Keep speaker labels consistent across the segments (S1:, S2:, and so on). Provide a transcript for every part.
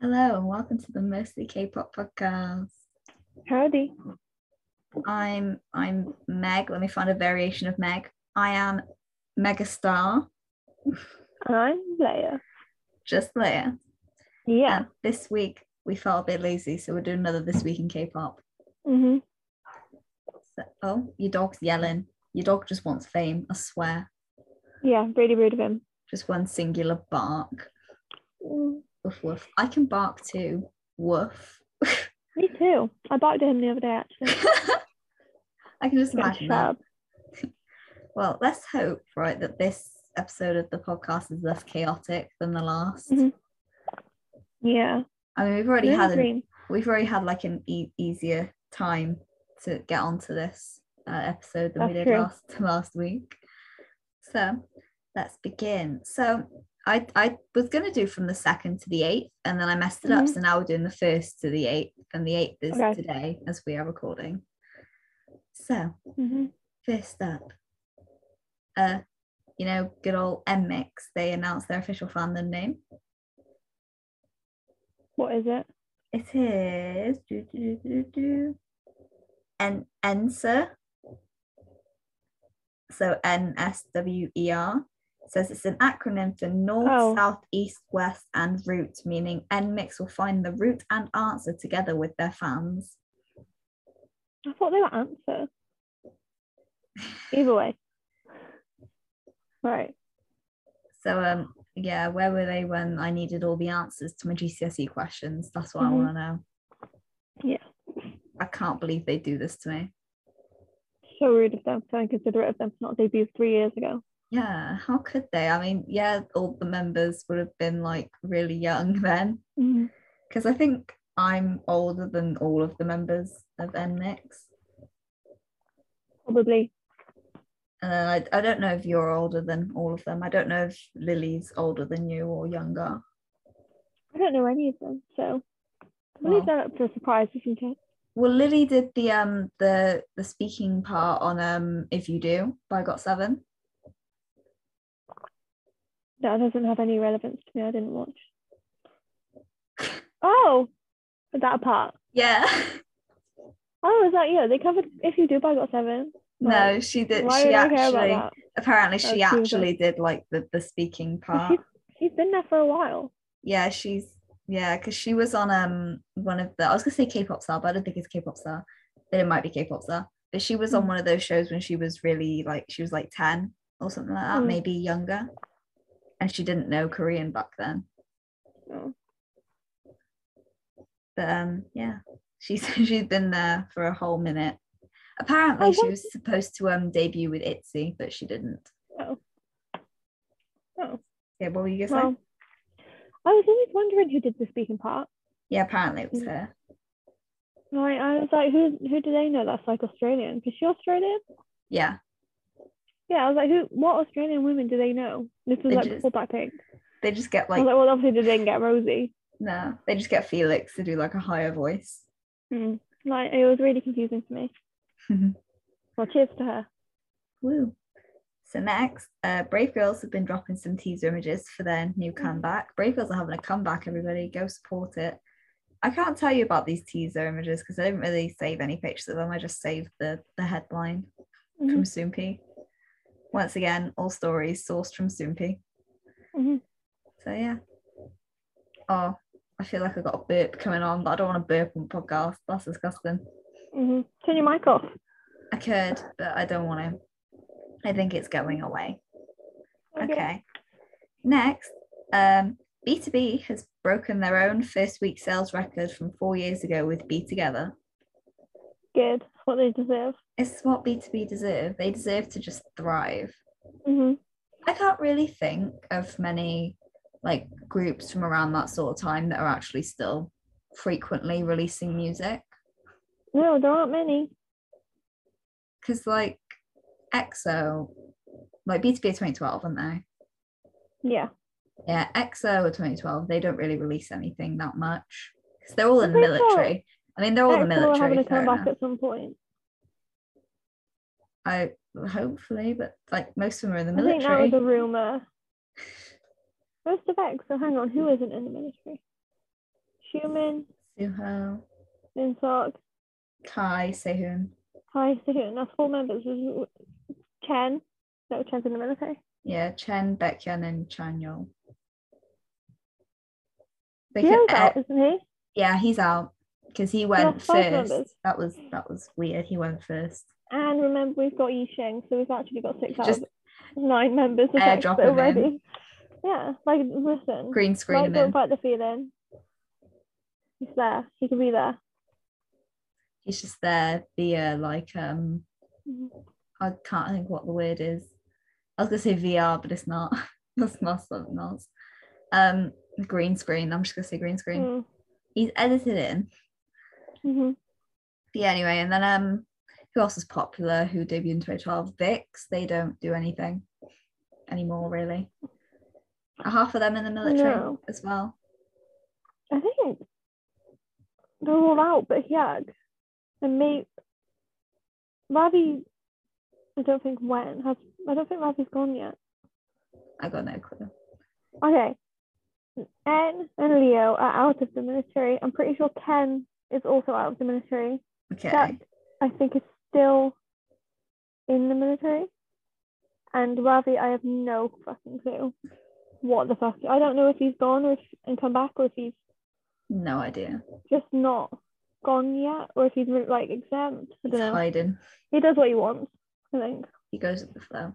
S1: Hello and welcome to the Mostly K-pop podcast.
S2: Howdy.
S1: I'm I'm Meg. Let me find a variation of Meg. I am Megastar,
S2: I'm Leia.
S1: just Leia.
S2: Yeah.
S1: And this week we felt a bit lazy, so we'll do another this week in K-pop.
S2: hmm
S1: So, oh, your dog's yelling. Your dog just wants fame. I swear.
S2: Yeah, really rude of him.
S1: Just one singular bark.
S2: Mm,
S1: Woof woof. I can bark too. Woof.
S2: me too. I barked at him the other day actually.
S1: I can just
S2: Got a
S1: imagine that.
S2: shout.
S1: Well, let's hope, right, that this episode of the podcast is less chaotic than the last.
S2: Mhm. Yeah.
S1: I mean, we've already
S2: Living
S1: had an,
S2: dream.
S1: we've already had like an e- easier time to get onto this uh, episode than we
S2: That's
S1: did
S2: true.
S1: last last week. So let's begin. So I I was gonna do from the second to the eighth, and then I messed it up.
S2: Mhm.
S1: So now we're doing the first to the eighth, and the eighth is
S2: Okay.
S1: today as we are recording. So
S2: Mhm.
S1: first up, uh, you know, good old MX. They announced their official fandom name.
S2: What is it?
S1: It is do, do, do, do, do. an enser. So N S W E R says it's an acronym for North,
S2: Oh.
S1: South, East, West, and Root, meaning NMIX will find the root and answer together with their fans.
S2: I thought they were answer. Either way. Right.
S1: So um yeah, where were they when I needed all the answers to my GCSE E questions? That's what
S2: Mhm.
S1: I want to know.
S2: Yeah.
S1: I can't believe they do this to me.
S2: So rude of them, so inconsiderate of them to not debut three years ago.
S1: Yeah, how could they? I mean, yeah, all the members would have been like really young then,
S2: Mhm.
S1: because I think I'm older than all of the members of NMIX.
S2: Probably.
S1: And then I, I don't know if you're older than all of them. I don't know if Lily's older than you or younger.
S2: I don't know any of them, so I
S1: Well.
S2: believe they're up for a surprise, isn't it?
S1: Well, Lily did the um the the speaking part on um If You Do by Got Seven.
S2: That doesn't have any relevance to me. I didn't watch. Oh, that part.
S1: Yeah.
S2: Oh, is that you? They covered If You Do by Got Seven.
S1: No,
S2: Right.
S1: she did.
S2: Why
S1: She
S2: would I care
S1: actually
S2: about
S1: apparently
S2: Oh, she
S1: she
S2: was like-
S1: actually did like the the speaking
S2: that?
S1: part.
S2: She's, she's been there for a while.
S1: yeah she's yeah because she was on um one of the i was gonna say k-pop star but i don't think it's k-pop star but it might be k-pop star but she was on
S2: Mm.
S1: one of those shows when she was really like she was like 10 or something like that
S2: Mm.
S1: maybe younger and she didn't know korean back then
S2: Oh.
S1: but um yeah she's she's been there for a whole minute apparently
S2: Oh,
S1: she
S2: what-
S1: was supposed to um debut with itzy but she didn't
S2: Oh. Oh.
S1: yeah what were you gonna say
S2: Well, I was always wondering who did the speaking part.
S1: yeah apparently it was
S2: Mm.
S1: her
S2: Like, I was like, who who do they know that's like Australian? Because she Australian?
S1: yeah
S2: Yeah, I was like, who? what Australian women do they know? This was
S1: They
S2: like
S1: just-
S2: before Blackpink.
S1: they just get
S2: I was
S1: like
S2: like, well, obviously they didn't get Rosie.
S1: no they just get felix to do like a higher voice
S2: Mm. Like, it was really confusing for me. Well, cheers to her.
S1: Woo. So next, uh, Brave Girls have been dropping some teaser images for their new comeback. Brave Girls are having a comeback, everybody. Go support it. I can't tell you about these teaser images because I didn't really save any pictures of them. I just saved the, the headline from
S2: Mhm.
S1: Soompi. Once again, all stories sourced from Soompi.
S2: Mhm.
S1: So yeah. Oh, I feel like I got a burp coming on, but I don't want to burp on the podcast. That's disgusting.
S2: hmm Turn your mic off.
S1: I could, but I don't want to. I think it's going away. Okay. Next, um, B2B has broken their own first week sales record from four years ago with Be Together.
S2: Good. That's what they deserve.
S1: It's what B2B deserve. They deserve to just thrive.
S2: hmm
S1: I can't really think of many like groups from around that sort of time that are actually still frequently releasing music.
S2: No, there aren't many.
S1: Because like EXO, like B2B are 2012, aren't they?
S2: Yeah.
S1: Yeah, EXO or 2012, they don't really release anything that much because they're all in the
S2: But they thought-
S1: military. I mean, they're all in the
S2: Exeter are having
S1: military.
S2: a
S1: fair
S2: comeback
S1: enough.
S2: at some point.
S1: I hopefully, but like most of them are in the
S2: I think that
S1: military.
S2: was a rumor. Most of X. So hang on, who isn't in the military? Human,
S1: Suho,
S2: Minsock,
S1: Kai, Sehun.
S2: Hi, Sehun. That's four members. There's Chen. No, Chen's in the military.
S1: Yeah, Chen, Baekhyun, and Chanyeol. They
S2: Yeo's
S1: could-
S2: out,
S1: uh,
S2: isn't he?
S1: yeah, he's out because he went
S2: lost five
S1: first.
S2: members.
S1: That was that was weird. He went first.
S2: And remember, we've got Yisheng, so we've actually got six out
S1: Just
S2: of nine members of X
S1: airdrop him in.
S2: already. Yeah, like listen,
S1: Green screen
S2: like
S1: him
S2: don't
S1: in.
S2: fight the feeling. He's there. He can be there.
S1: He's just there via like um I can't think what the word is. I was gonna say VR, but it's not. That's not something else. Um, green screen. I'm just gonna say green
S2: Hmm.
S1: screen. He's edited in.
S2: Mm-hmm.
S1: But yeah, anyway, and then um, who else is popular? Who debuted in 2012? Vix. They don't do anything anymore, really. Are half of them in the military
S2: No.
S1: as well?
S2: I think they're all out, but Hyag and me. Ravi, I don't think went. Has I don't think Ravi's gone yet.
S1: I got no clue.
S2: Okay. N and Leo are out of the military. I'm pretty sure Ken is also out of the military.
S1: Okay.
S2: Jack, I think, is still in the military. And Ravi, I have no fucking clue what the fuck. I don't know if he's gone or if, and come back or if he's
S1: No idea.
S2: just not gone yet or if he's like exempt. I
S1: He's
S2: don't know.
S1: hiding.
S2: He does what he wants, I think.
S1: He goes with the flow.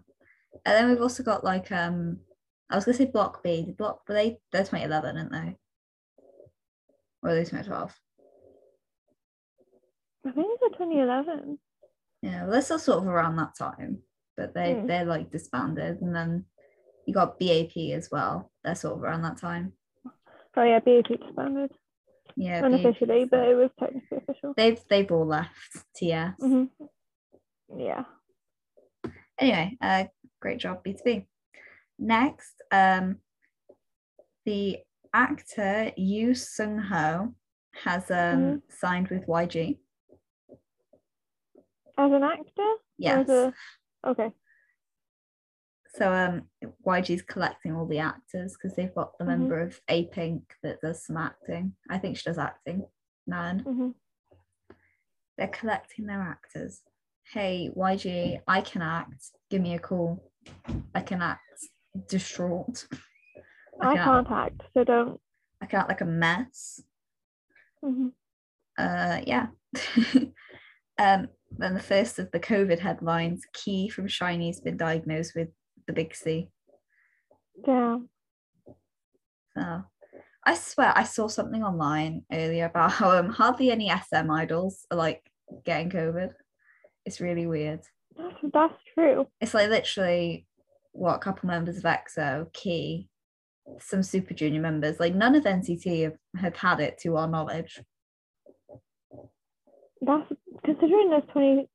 S1: And then we've also got like um, I was gonna say Block B. Did Block were they? They're 2011, aren't they? Or are they 2012?
S2: I think it's 2011.
S1: Yeah, well, they're still sort of around that time, but they
S2: Mm.
S1: they're like disbanded, and then you got BAP as well. They're sort of around that time.
S2: Oh, yeah, BAP expanded
S1: Yeah, BAP.
S2: unofficially, but it was technically official.
S1: they've they've all left TS.
S2: hmm Mm-hmm. Yeah.
S1: Anyway, uh, great job B2B. Next, um, the actor Yoo Sung Ho has um signed with YG.
S2: As an actor? Or
S1: Yes.
S2: As a... Okay.
S1: So um YG's collecting all the actors because they've got the
S2: Mhm.
S1: member of A Pink that does some acting. I think she does acting. Nan.
S2: hmm
S1: They're collecting their actors. Hey, YG, I can act. Give me a call. I can act distraught. I
S2: I
S1: can't-
S2: can't act, so don't.
S1: I can act like a mess.
S2: Mhm.
S1: Uh, yeah. um, then the first of the COVID headlines Key from Shiny's been diagnosed with the big C.
S2: Damn.
S1: So Oh. I swear I saw something online earlier about how um, hardly any SM idols are like getting COVID. It's really weird.
S2: That's, that's true.
S1: It's like literally what a couple members of EXO, Key, some Super Junior members, like none of NCT have, have had it to our knowledge.
S2: That's considering there's 23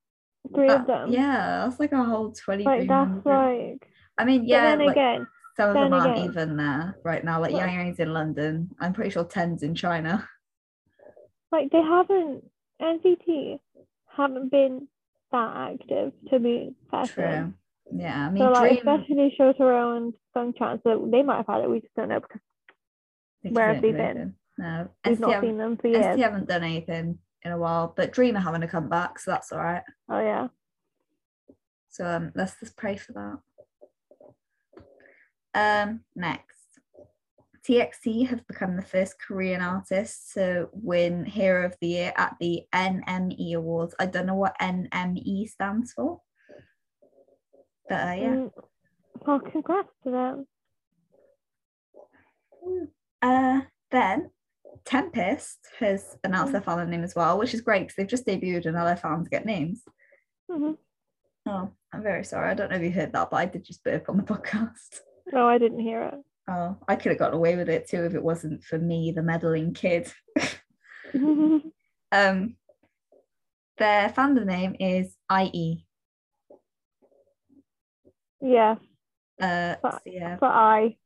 S2: of
S1: But,
S2: them.
S1: Uh, yeah, that's like a whole 20.
S2: Like, that's like.
S1: I mean,
S2: Yeah,
S1: yeah,
S2: but then
S1: like,
S2: again,
S1: some of
S2: then
S1: them aren't
S2: again-
S1: even there right now. Like
S2: Well-
S1: Yang Yang's in London. I'm pretty sure Ten's in China.
S2: like, they haven't. NCT haven't been that active, to be fair. to them.
S1: True. Yeah, I mean,
S2: So, like,
S1: Dream.
S2: especially Shotaro and Sung Chan, so they might have had it. We just don't know because
S1: they
S2: where have
S1: couldn't do
S2: they been?
S1: anything. No,
S2: we've
S1: ST
S2: not
S1: haven't,
S2: seen them for
S1: ST
S2: years.
S1: haven't done anything in a while, but Dream are having to come back, so that's all right.
S2: Oh, yeah.
S1: So um, let's just pray for that. Um, next. TXT have become the first Korean artist to win Hero of the Year at the NME Awards. I don't know what NME stands for, but uh, yeah.
S2: Mm. Well, congrats to them.
S1: Uh, then Tempest has announced
S2: Mm.
S1: their fandom name as well, which is great because they've just debuted and now their fans get names.
S2: hmm
S1: Oh, I'm very sorry. I don't know if you heard that, but I did just burp on the podcast.
S2: No, I didn't hear it.
S1: Oh, I could have gotten away with it too if it wasn't for me, the meddling kid. Um, their fandom name is E. IE.
S2: yeah,
S1: Uh,
S2: But-
S1: so yeah,
S2: but I.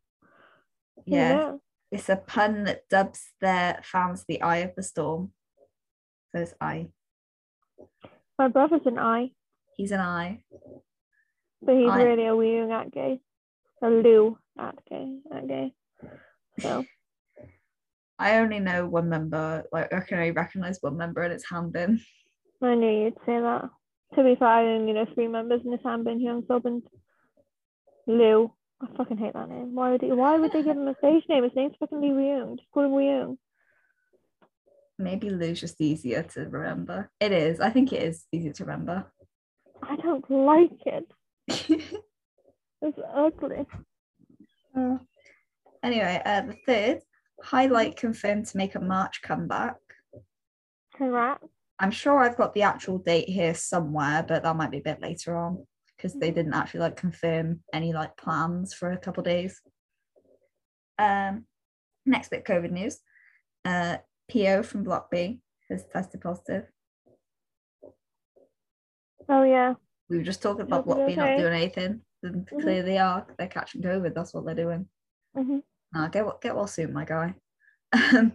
S1: yeah, it's a pun that dubs their fans the Eye of the Storm. So it's I.
S2: My brother's an I,
S1: He's an eye.
S2: but he's
S1: I-
S2: really a wing at gay. A Lou at gay at gay. So
S1: I only know one member, like I can only recognize one member, and it's Hanbin.
S2: I knew you'd say that. To be fair, I only know three members in this Hanbin Young Club and Lou. I fucking hate that name. Why would he, why would they give him a stage name? His name's fucking Lee Weung. Just call him Weung.
S1: Maybe Lou's just easier to remember. It is. I think it is easier to remember.
S2: I don't like it. It's ugly.
S1: Uh, anyway, uh, the third highlight confirmed to make a March comeback.
S2: Correct.
S1: I'm sure I've got the actual date here somewhere, but that might be a bit later on because they didn't actually like confirm any like plans for a couple days. Um, next bit COVID news. Uh, PO from Block B has tested positive.
S2: Oh yeah.
S1: We were just talking about
S2: Hope he's
S1: Block B not
S2: okay.
S1: doing anything. Then clearly they are. They're catching COVID. That's what they're doing.
S2: hmm
S1: Nah, get well, get well soon, my guy. Um,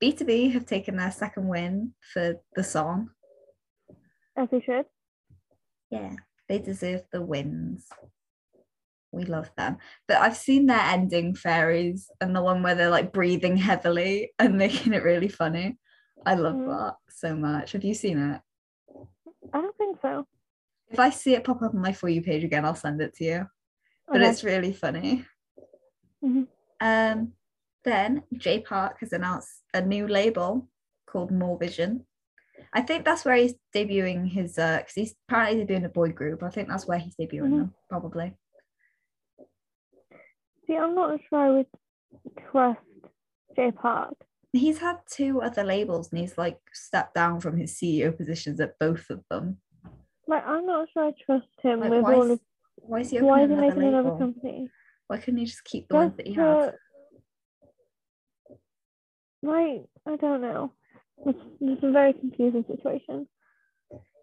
S1: B2B have taken their second win for the song.
S2: As he should.
S1: Yeah, they deserve the wins. We love them. But I've seen their ending fairies and the one where they're like breathing heavily and making it really funny. I love
S2: Mhm.
S1: that so much. Have you seen it?
S2: I don't think so.
S1: If I see it pop up on my For You page again, I'll send it to you. But
S2: Okay.
S1: it's really funny.
S2: Mhm.
S1: Um, then J Park has announced a new label called More Vision. I think that's where he's debuting his uh 'cause he's apparently debuting a boy group. I think that's where he's debuting
S2: Mhm.
S1: them, probably.
S2: See, I'm not sure I would trust J Park.
S1: He's had two other labels and he's like stepped down from his CEO positions at both of them.
S2: Like, I'm not sure I trust him
S1: Like,
S2: with
S1: why,
S2: all
S1: is,
S2: of.
S1: why is he
S2: Why is he
S1: opening
S2: making
S1: another
S2: another
S1: label?
S2: company?
S1: Why couldn't he just keep the ones
S2: Just
S1: that he had?
S2: to- Like, I don't know. It's, it's a very confusing situation.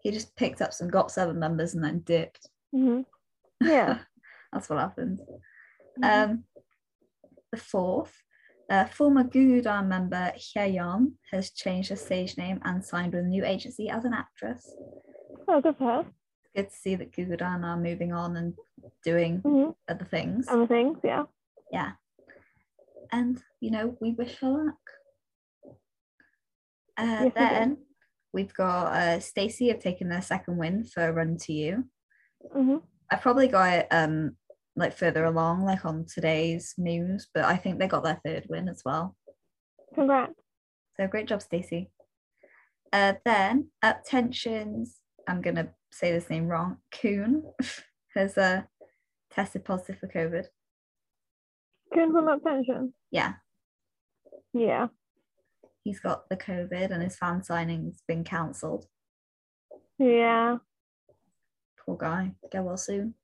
S1: He just picked up some Got Seven members and then dipped.
S2: hmm Yeah.
S1: That's what happens.
S2: Mhm.
S1: Um, the fourth, uh, former Gugudan member Hyeyeon has changed her stage name and signed with a new agency as an actress.
S2: oh, good for her.
S1: Good to see that Gugudan are moving on and doing
S2: hmm
S1: other things.
S2: Other things, yeah.
S1: Yeah. And, you know, we wish her luck.
S2: Yes,
S1: Uh,
S2: we do.
S1: then we've got uh, Stacey have taken their second win for Run to You.
S2: hmm
S1: I probably got it um, like further along, like on today's news, but I think they got their third win as well.
S2: Congrats.
S1: So great job, Stacey. Uh, then up tensions. I'm gonna say this name wrong. Coon has uh, tested positive for COVID.
S2: Coon from Uptension.
S1: Yeah,
S2: Yeah.
S1: he's got the COVID, and his fan signing's been cancelled.
S2: Yeah.
S1: Poor guy. Get well soon.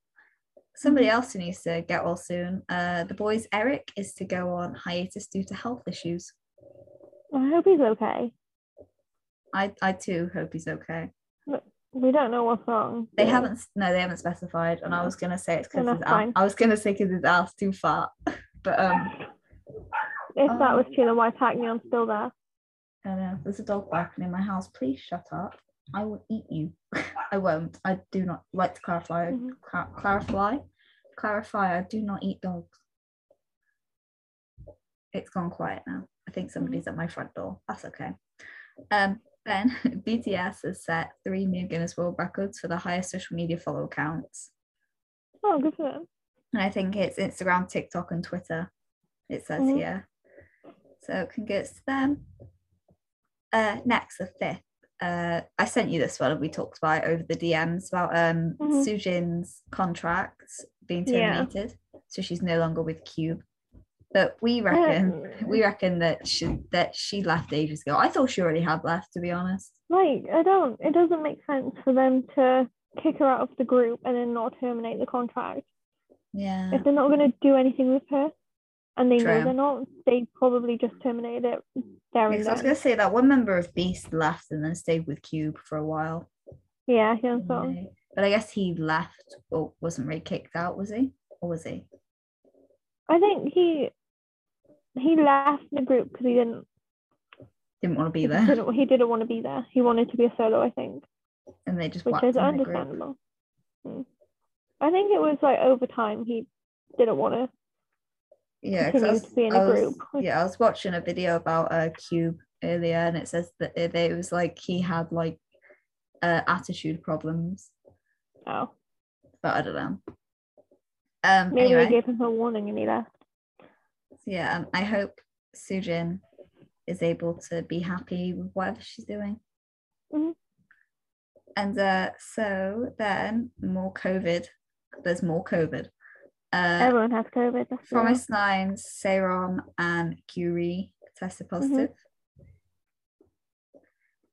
S1: Somebody
S2: Mm-hmm.
S1: else who needs to get well soon. Uh, the boys Eric is to go on hiatus due to health issues.
S2: I hope he's okay.
S1: I I too hope he's okay.
S2: We don't know what's wrong.
S1: They
S2: Yeah.
S1: haven't no, they haven't specified, and I was gonna say it's because
S2: No,
S1: his
S2: that's
S1: ass,
S2: fine.
S1: I was gonna say because his ass too fat, but um.
S2: If that was
S1: Um,
S2: true, then why Tacneon's still there?
S1: I know. uh, There's a dog barking in my house. Please shut up. I will eat you. I won't. I do not like to clarify.
S2: Mhm.
S1: cla- clarify. Clarify. I do not eat dogs. It's gone quiet now. I think somebody's at my front door. That's okay. Um, then BTS has set three new Guinness World Records for the highest social media follow accounts.
S2: Oh, good for them.
S1: And I think it's Instagram, TikTok, and Twitter. It says
S2: Mhm.
S1: here. So congrats to them. Uh, next, the fifth. Uh, I sent you this one and we talked about it over the DMs about um
S2: Mhm.
S1: Sujin's contract being
S2: Yeah.
S1: terminated. So she's no longer with Cube. But we reckon
S2: Um,
S1: we reckon that she that she left ages ago. I thought she already had left, to be honest.
S2: Like, I don't, it doesn't make sense for them to kick her out of the group and then not terminate the contract.
S1: Yeah.
S2: If they're not going to do anything with her and they
S1: True.
S2: know they're not, they probably just terminate it there and
S1: Because I was
S2: then.
S1: gonna say that one member of Beast left and then stayed with Cube for a while.
S2: Yeah, yeah, so.
S1: No. But I guess he left or wasn't really kicked out, was he? Or was he?
S2: I think he he left the group because he didn't,
S1: Didn't want to be
S2: he
S1: there.
S2: didn't he didn't want to be there. He wanted to be a solo, I think,
S1: And they just
S2: which
S1: whacked
S2: is
S1: him in the group.
S2: understandable. Mm. I think it was like over time he didn't want to
S1: Yeah, 'cause I
S2: continue
S1: was-
S2: to be in
S1: I
S2: a
S1: was-
S2: group. Like,
S1: yeah, I was watching a video about a cube earlier, and it says that it it was like he had like uh, attitude problems,
S2: oh.
S1: but I don't know. Um,
S2: Maybe
S1: anyway,
S2: they gave him a warning and he left.
S1: yeah, um, I hope Sujin is able to be happy with whatever she's doing.
S2: Mhm.
S1: And uh, so then more COVID. There's more COVID. Uh,
S2: Everyone has COVID. That's the
S1: Promise Nine, Serum, and Curie tested positive.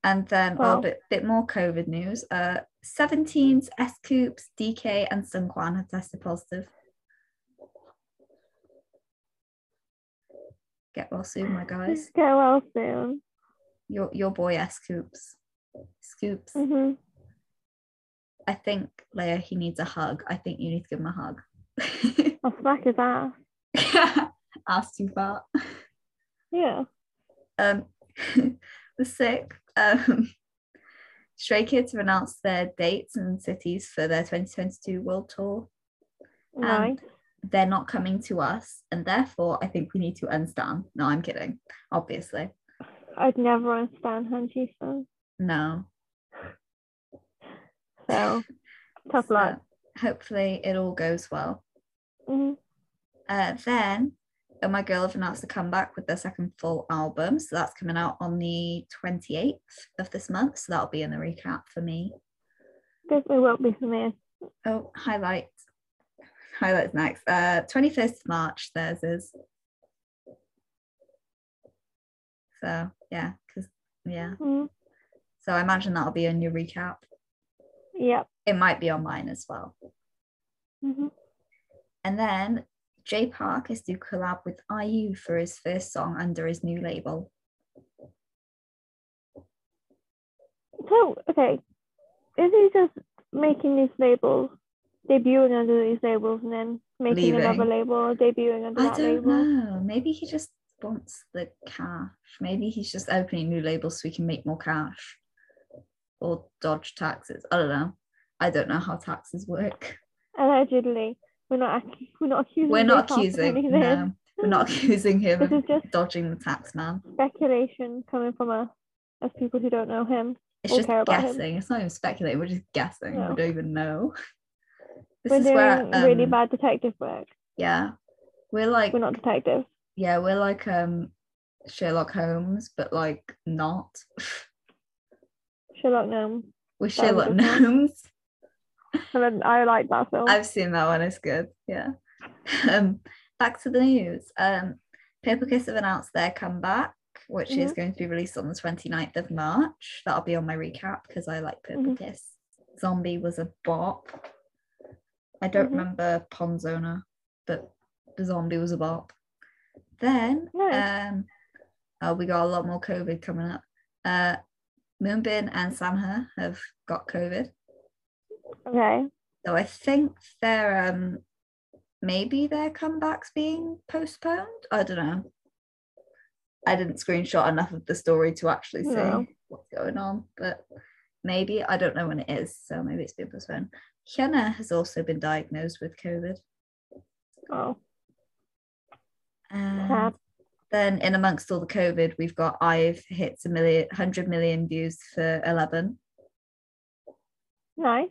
S1: And then well,
S2: Wow.
S1: a bit, bit more COVID news. Uh, 17s, S Coops, DK, and Sun Quan have tested positive. Get well soon, my
S2: rule.
S1: guys.
S2: Just Get well soon.
S1: Your your boy S Coops. Scoops.
S2: hmm
S1: I think Leia, he needs a hug. I think you need to give him a hug.
S2: I'll smack his ass.
S1: Asked you that.
S2: Yeah.
S1: Um, the sixth, um, Stray Kids have announced their dates and cities for their 2022 world tour.
S2: Nice.
S1: They're not coming to us, and therefore, I think we need to unstan. No, I'm kidding. Obviously,
S2: I'd never understand Hanji Sun.
S1: no.
S2: So tough
S1: So,
S2: luck.
S1: hopefully, it all goes well.
S2: hmm
S1: Uh, then, Oh My Girl have announced a comeback with their second full album, so that's coming out on the 28th of this month. So that'll be in the recap for me.
S2: Definitely won't be for me.
S1: Oh, highlight. Highlights next. Uh, 21st of March, theirs is. So, yeah, because, yeah.
S2: Mhm.
S1: So I imagine that'll be on your recap.
S2: Yep.
S1: It might be on mine as well.
S2: hmm
S1: And then Jay Park is to collab with IU for his first song under his new label.
S2: So okay, is he just making these labels, debuting under these labels, and then making
S1: Leaving.
S2: another label, or debuting under
S1: I
S2: that
S1: don't
S2: label?
S1: know. Maybe he just wants the cash. Maybe he's just opening new labels so he can make more cash or dodge taxes. I don't know. I don't know how taxes work.
S2: Allegedly, we're not ac- we're not accusing.
S1: We're not
S2: Jay Park of
S1: accusing.
S2: anything.
S1: No, we're not accusing him
S2: This
S1: of
S2: is just
S1: dodging the tax man.
S2: speculation coming from us as people who don't know him.
S1: It's
S2: Don't
S1: just
S2: care about him.
S1: guessing. It's not even speculating. We're just guessing.
S2: No.
S1: We don't even know. This
S2: we're
S1: is
S2: doing
S1: where
S2: really
S1: um,
S2: bad detective work.
S1: Yeah, we're like
S2: We're not detectives.
S1: yeah, we're like um Sherlock Holmes, but like not.
S2: Sherlock Gnome.
S1: We're
S2: That was
S1: Sherlock
S2: a good one.
S1: Gnomes.
S2: And then I like that film.
S1: I've seen that one. It's good. Yeah. Um, back to the news. Um, Paper Kiss have announced their comeback, which is going to be released on the 29th of March. That'll be on my recap because I like Paper
S2: Mhm.
S1: Kiss. Zombie was a bop. I don't
S2: Mhm.
S1: remember Ponzona, but the zombie was a bop. Then
S2: Nice.
S1: um, oh, we got a lot more COVID coming up. Uh, Moonbin and Samha have got COVID.
S2: okay.
S1: So I think they're um maybe their comebacks being postponed. I don't know. I didn't screenshot enough of the story to actually see
S2: No.
S1: what's going on, but maybe I don't know when it is, so maybe it's been postponed. Hyuna has also been diagnosed with COVID.
S2: Oh,
S1: And
S2: sad.
S1: then in amongst all the COVID, we've got I've hits a million hundred million views for eleven.
S2: Nice.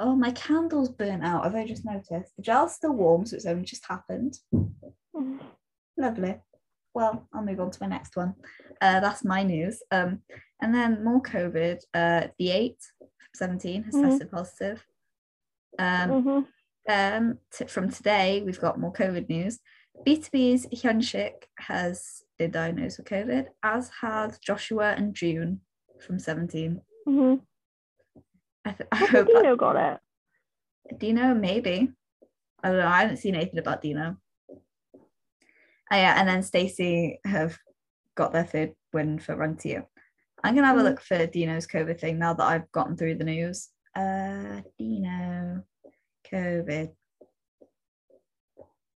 S1: Oh, my candle's burnt out. I've only just noticed. The gel's still warm, so it's only just happened. Um, Lovely. Well, I'll move on to my next one. Uh, that's my news. Um, and then more COVID. Uh, the eight from seventeen has
S2: Mhm.
S1: tested positive. Um,
S2: hmm
S1: then t- from today we've got more COVID news. B2B's Hyunshik has been diagnosed with COVID, as has Joshua and June from seventeen.
S2: hmm
S1: I, th- I
S2: I
S1: hope
S2: think Dino got it.
S1: that- Dino maybe. I don't know. I haven't seen anything about Dino. Oh, yeah, and then Stacey have got their third win for Run to You. I'm gonna have a
S2: Mhm.
S1: look for Dino's COVID thing now that I've gotten through the news. Uh, Dino, COVID.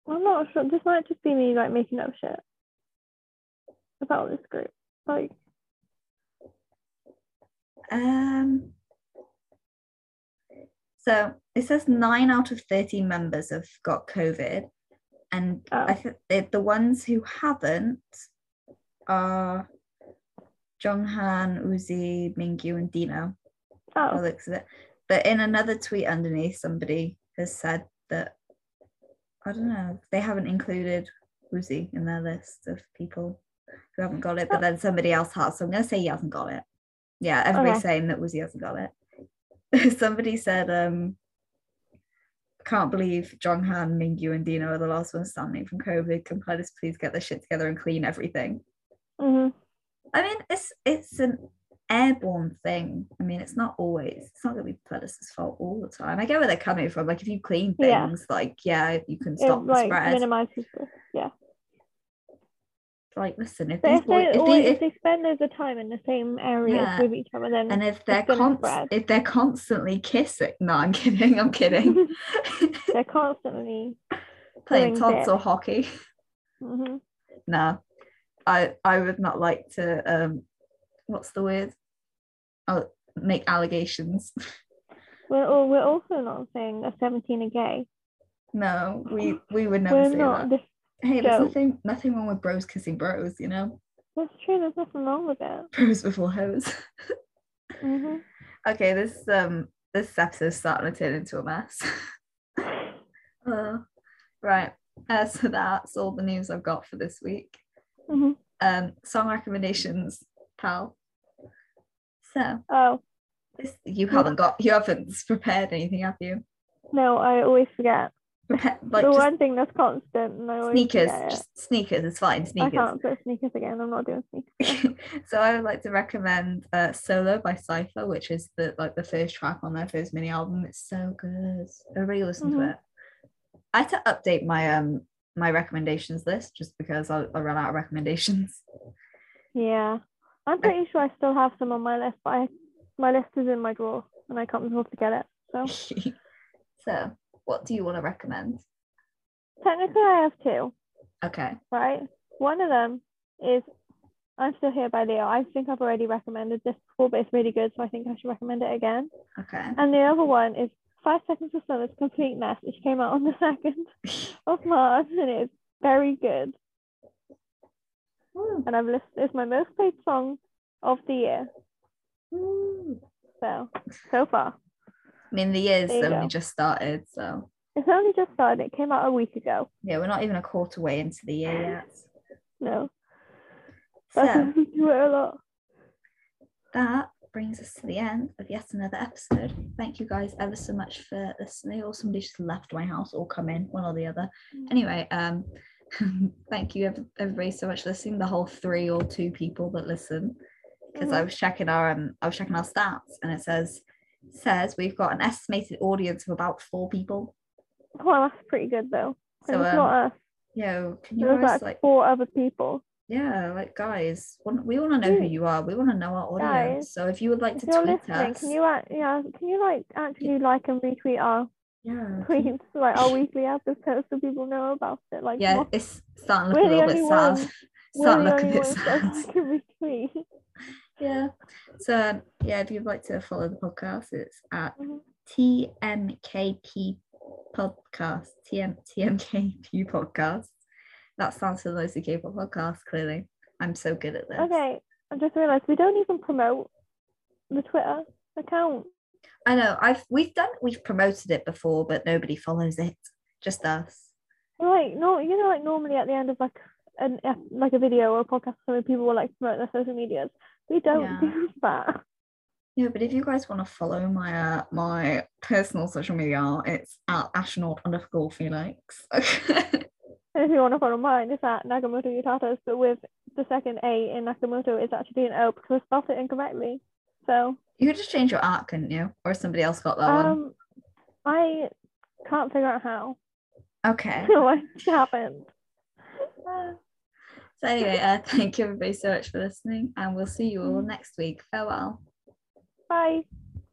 S2: I'm not sure. This might just be me like making up shit about this group. Like, oh,
S1: Um, so it says nine out of 13 members have got COVID, and
S2: Oh.
S1: I think the- the ones who haven't are Jonghan, Uzi, Mingyu, and Dino. by the
S2: Oh,
S1: looks of it. But in another tweet underneath, somebody has said that I don't know they haven't included Uzi in their list of people who haven't got it.
S2: Oh.
S1: But then somebody else has, so I'm going to say he hasn't got it. Yeah, everybody's
S2: Okay.
S1: saying that Uzi hasn't got it. somebody said, um, "Can't believe Jong Han, Mingyu, and Dino are the last ones standing from COVID. Can Pledis please get their shit together and clean everything?"
S2: hmm
S1: I mean, it's it's an airborne thing. I mean, it's not always. It's not going to be Pledis's fault all the time. I get where they're coming from. Like, if you clean things,
S2: Yeah.
S1: like yeah, you can
S2: it
S1: stop the
S2: like
S1: spread.
S2: minimizes this.
S1: like, listen, if
S2: But
S1: these
S2: if
S1: boy,
S2: they,
S1: if,
S2: or
S1: they,
S2: if,
S1: if
S2: they spend loads of time in the same area
S1: Yeah.
S2: with each other, then
S1: and if they're
S2: gonna
S1: const-
S2: spread.
S1: if they're constantly kissing, no, I'm kidding. I'm kidding.
S2: they're constantly.
S1: Playing
S2: Doing
S1: tonsil
S2: bit.
S1: hockey.
S2: hmm
S1: No, I I would not like to. um What's the word? Oh, make allegations.
S2: We're all, we're also not saying that 17 are gay.
S1: No, we we would never say
S2: We're
S1: that.
S2: not. This,
S1: Hey, there's
S2: So-
S1: nothing nothing wrong with bros kissing bros, you know?
S2: that's true. There's nothing wrong with it.
S1: Bros before hoes. Mm-hmm.
S2: hmm
S1: okay, this um this episode's starting to turn into a mess. uh, right. Uh, so that's all the news I've got for this week.
S2: hmm
S1: Um song recommendations, pal. So
S2: Oh
S1: this, you haven't got you haven't prepared anything, have you?
S2: no, I always forget.
S1: Prepare, like
S2: the
S1: just
S2: one thing that's constant, and I always
S1: sneakers.
S2: forget it.
S1: Just sneakers, it's fine,
S2: I
S1: sneakers.
S2: can't put sneakers again. I'm not doing sneakers.
S1: so I would like to recommend uh, Solo by Cypher, which is the like the first track on their first mini album. It's so good. Everybody listen to
S2: Mhm.
S1: it. I had to update my um my recommendations list just because I, I ran out of recommendations.
S2: Yeah, I'm pretty sure I still have some on my list, but I, my list is in my drawer, and I can't remember to get it. So
S1: so what do you want to recommend?
S2: technically, I have two.
S1: Okay.
S2: Right, one of them is I'm still here by Leo. I think I've already recommended this before, but it's really good, so I think I should recommend it again.
S1: Okay.
S2: And the other one is Five Seconds of Summer's Complete Mess, which came out on the 2nd of March and it's very good.
S1: Woo,
S2: And I've listened, it's my most played song of the year.
S1: woo.
S2: So, so far.
S1: I mean the year's
S2: There you
S1: only
S2: go.
S1: just started, so
S2: It's only just started, it came out a week ago.
S1: yeah, we're not even a quarter way into the year yet.
S2: No, but I
S1: So
S2: listen to it a lot.
S1: that brings us to the end of yet another episode. Thank you guys ever so much for listening. Or somebody just left my house or come in, one or the other.
S2: Mm.
S1: Anyway, um, thank you ev- everybody so much for listening. The whole three or two people that listen, because I
S2: Mhm.
S1: was checking our um, I was checking our stats, and it says says we've got an estimated audience of about four people.
S2: Well, that's pretty good though. And
S1: So
S2: it's
S1: um,
S2: not us,
S1: you know, can
S2: it
S1: you
S2: was
S1: guys
S2: like,
S1: like
S2: four other people.
S1: yeah, like guys, want- we want to know who
S2: Yeah.
S1: you are. We want to know our audience. so if you would like
S2: If
S1: to
S2: you're
S1: tweet
S2: listening,
S1: us,
S2: can you, act- yeah, can you like actually like and retweet our
S1: yeah, can
S2: tweets, like our weekly episodes so people know about it? Like,
S1: yeah,
S2: more
S1: it's starting to
S2: We're
S1: look a
S2: the
S1: little bit
S2: only
S1: sad.
S2: ones-
S1: It's starting to look a
S2: only
S1: bit
S2: ones that
S1: sad.
S2: I can retweet.
S1: Yeah. So um, yeah, if you'd like to follow the podcast, it's at
S2: Mhm.
S1: TMKP podcast. TM TMKP podcast. That stands for Noisy K-pop podcast. Clearly, I'm so good at this.
S2: Okay, I just realised we don't even promote the Twitter account.
S1: I know. I've we've done we've promoted it before, but nobody follows it. Just us.
S2: Like, no, you know, like normally at the end of like an ep- like a video or a podcast, so many people will like promote their social medias. We don't
S1: Yeah.
S2: do that.
S1: Yeah, but if you guys want to follow my uh, my personal social media, it's at astronaut underscore Felix.
S2: And if you want to follow mine, it's at Nagamoto Yutatas, but with the second A in Nakamoto is actually an O because I spelled it incorrectly. So,
S1: You could just change your art, couldn't you? Or somebody else got that one.
S2: um, I can't figure out how.
S1: Okay.
S2: So I haven't.
S1: so anyway, uh, thank you everybody so much for listening, and we'll see you all next week. Farewell.
S2: Bye.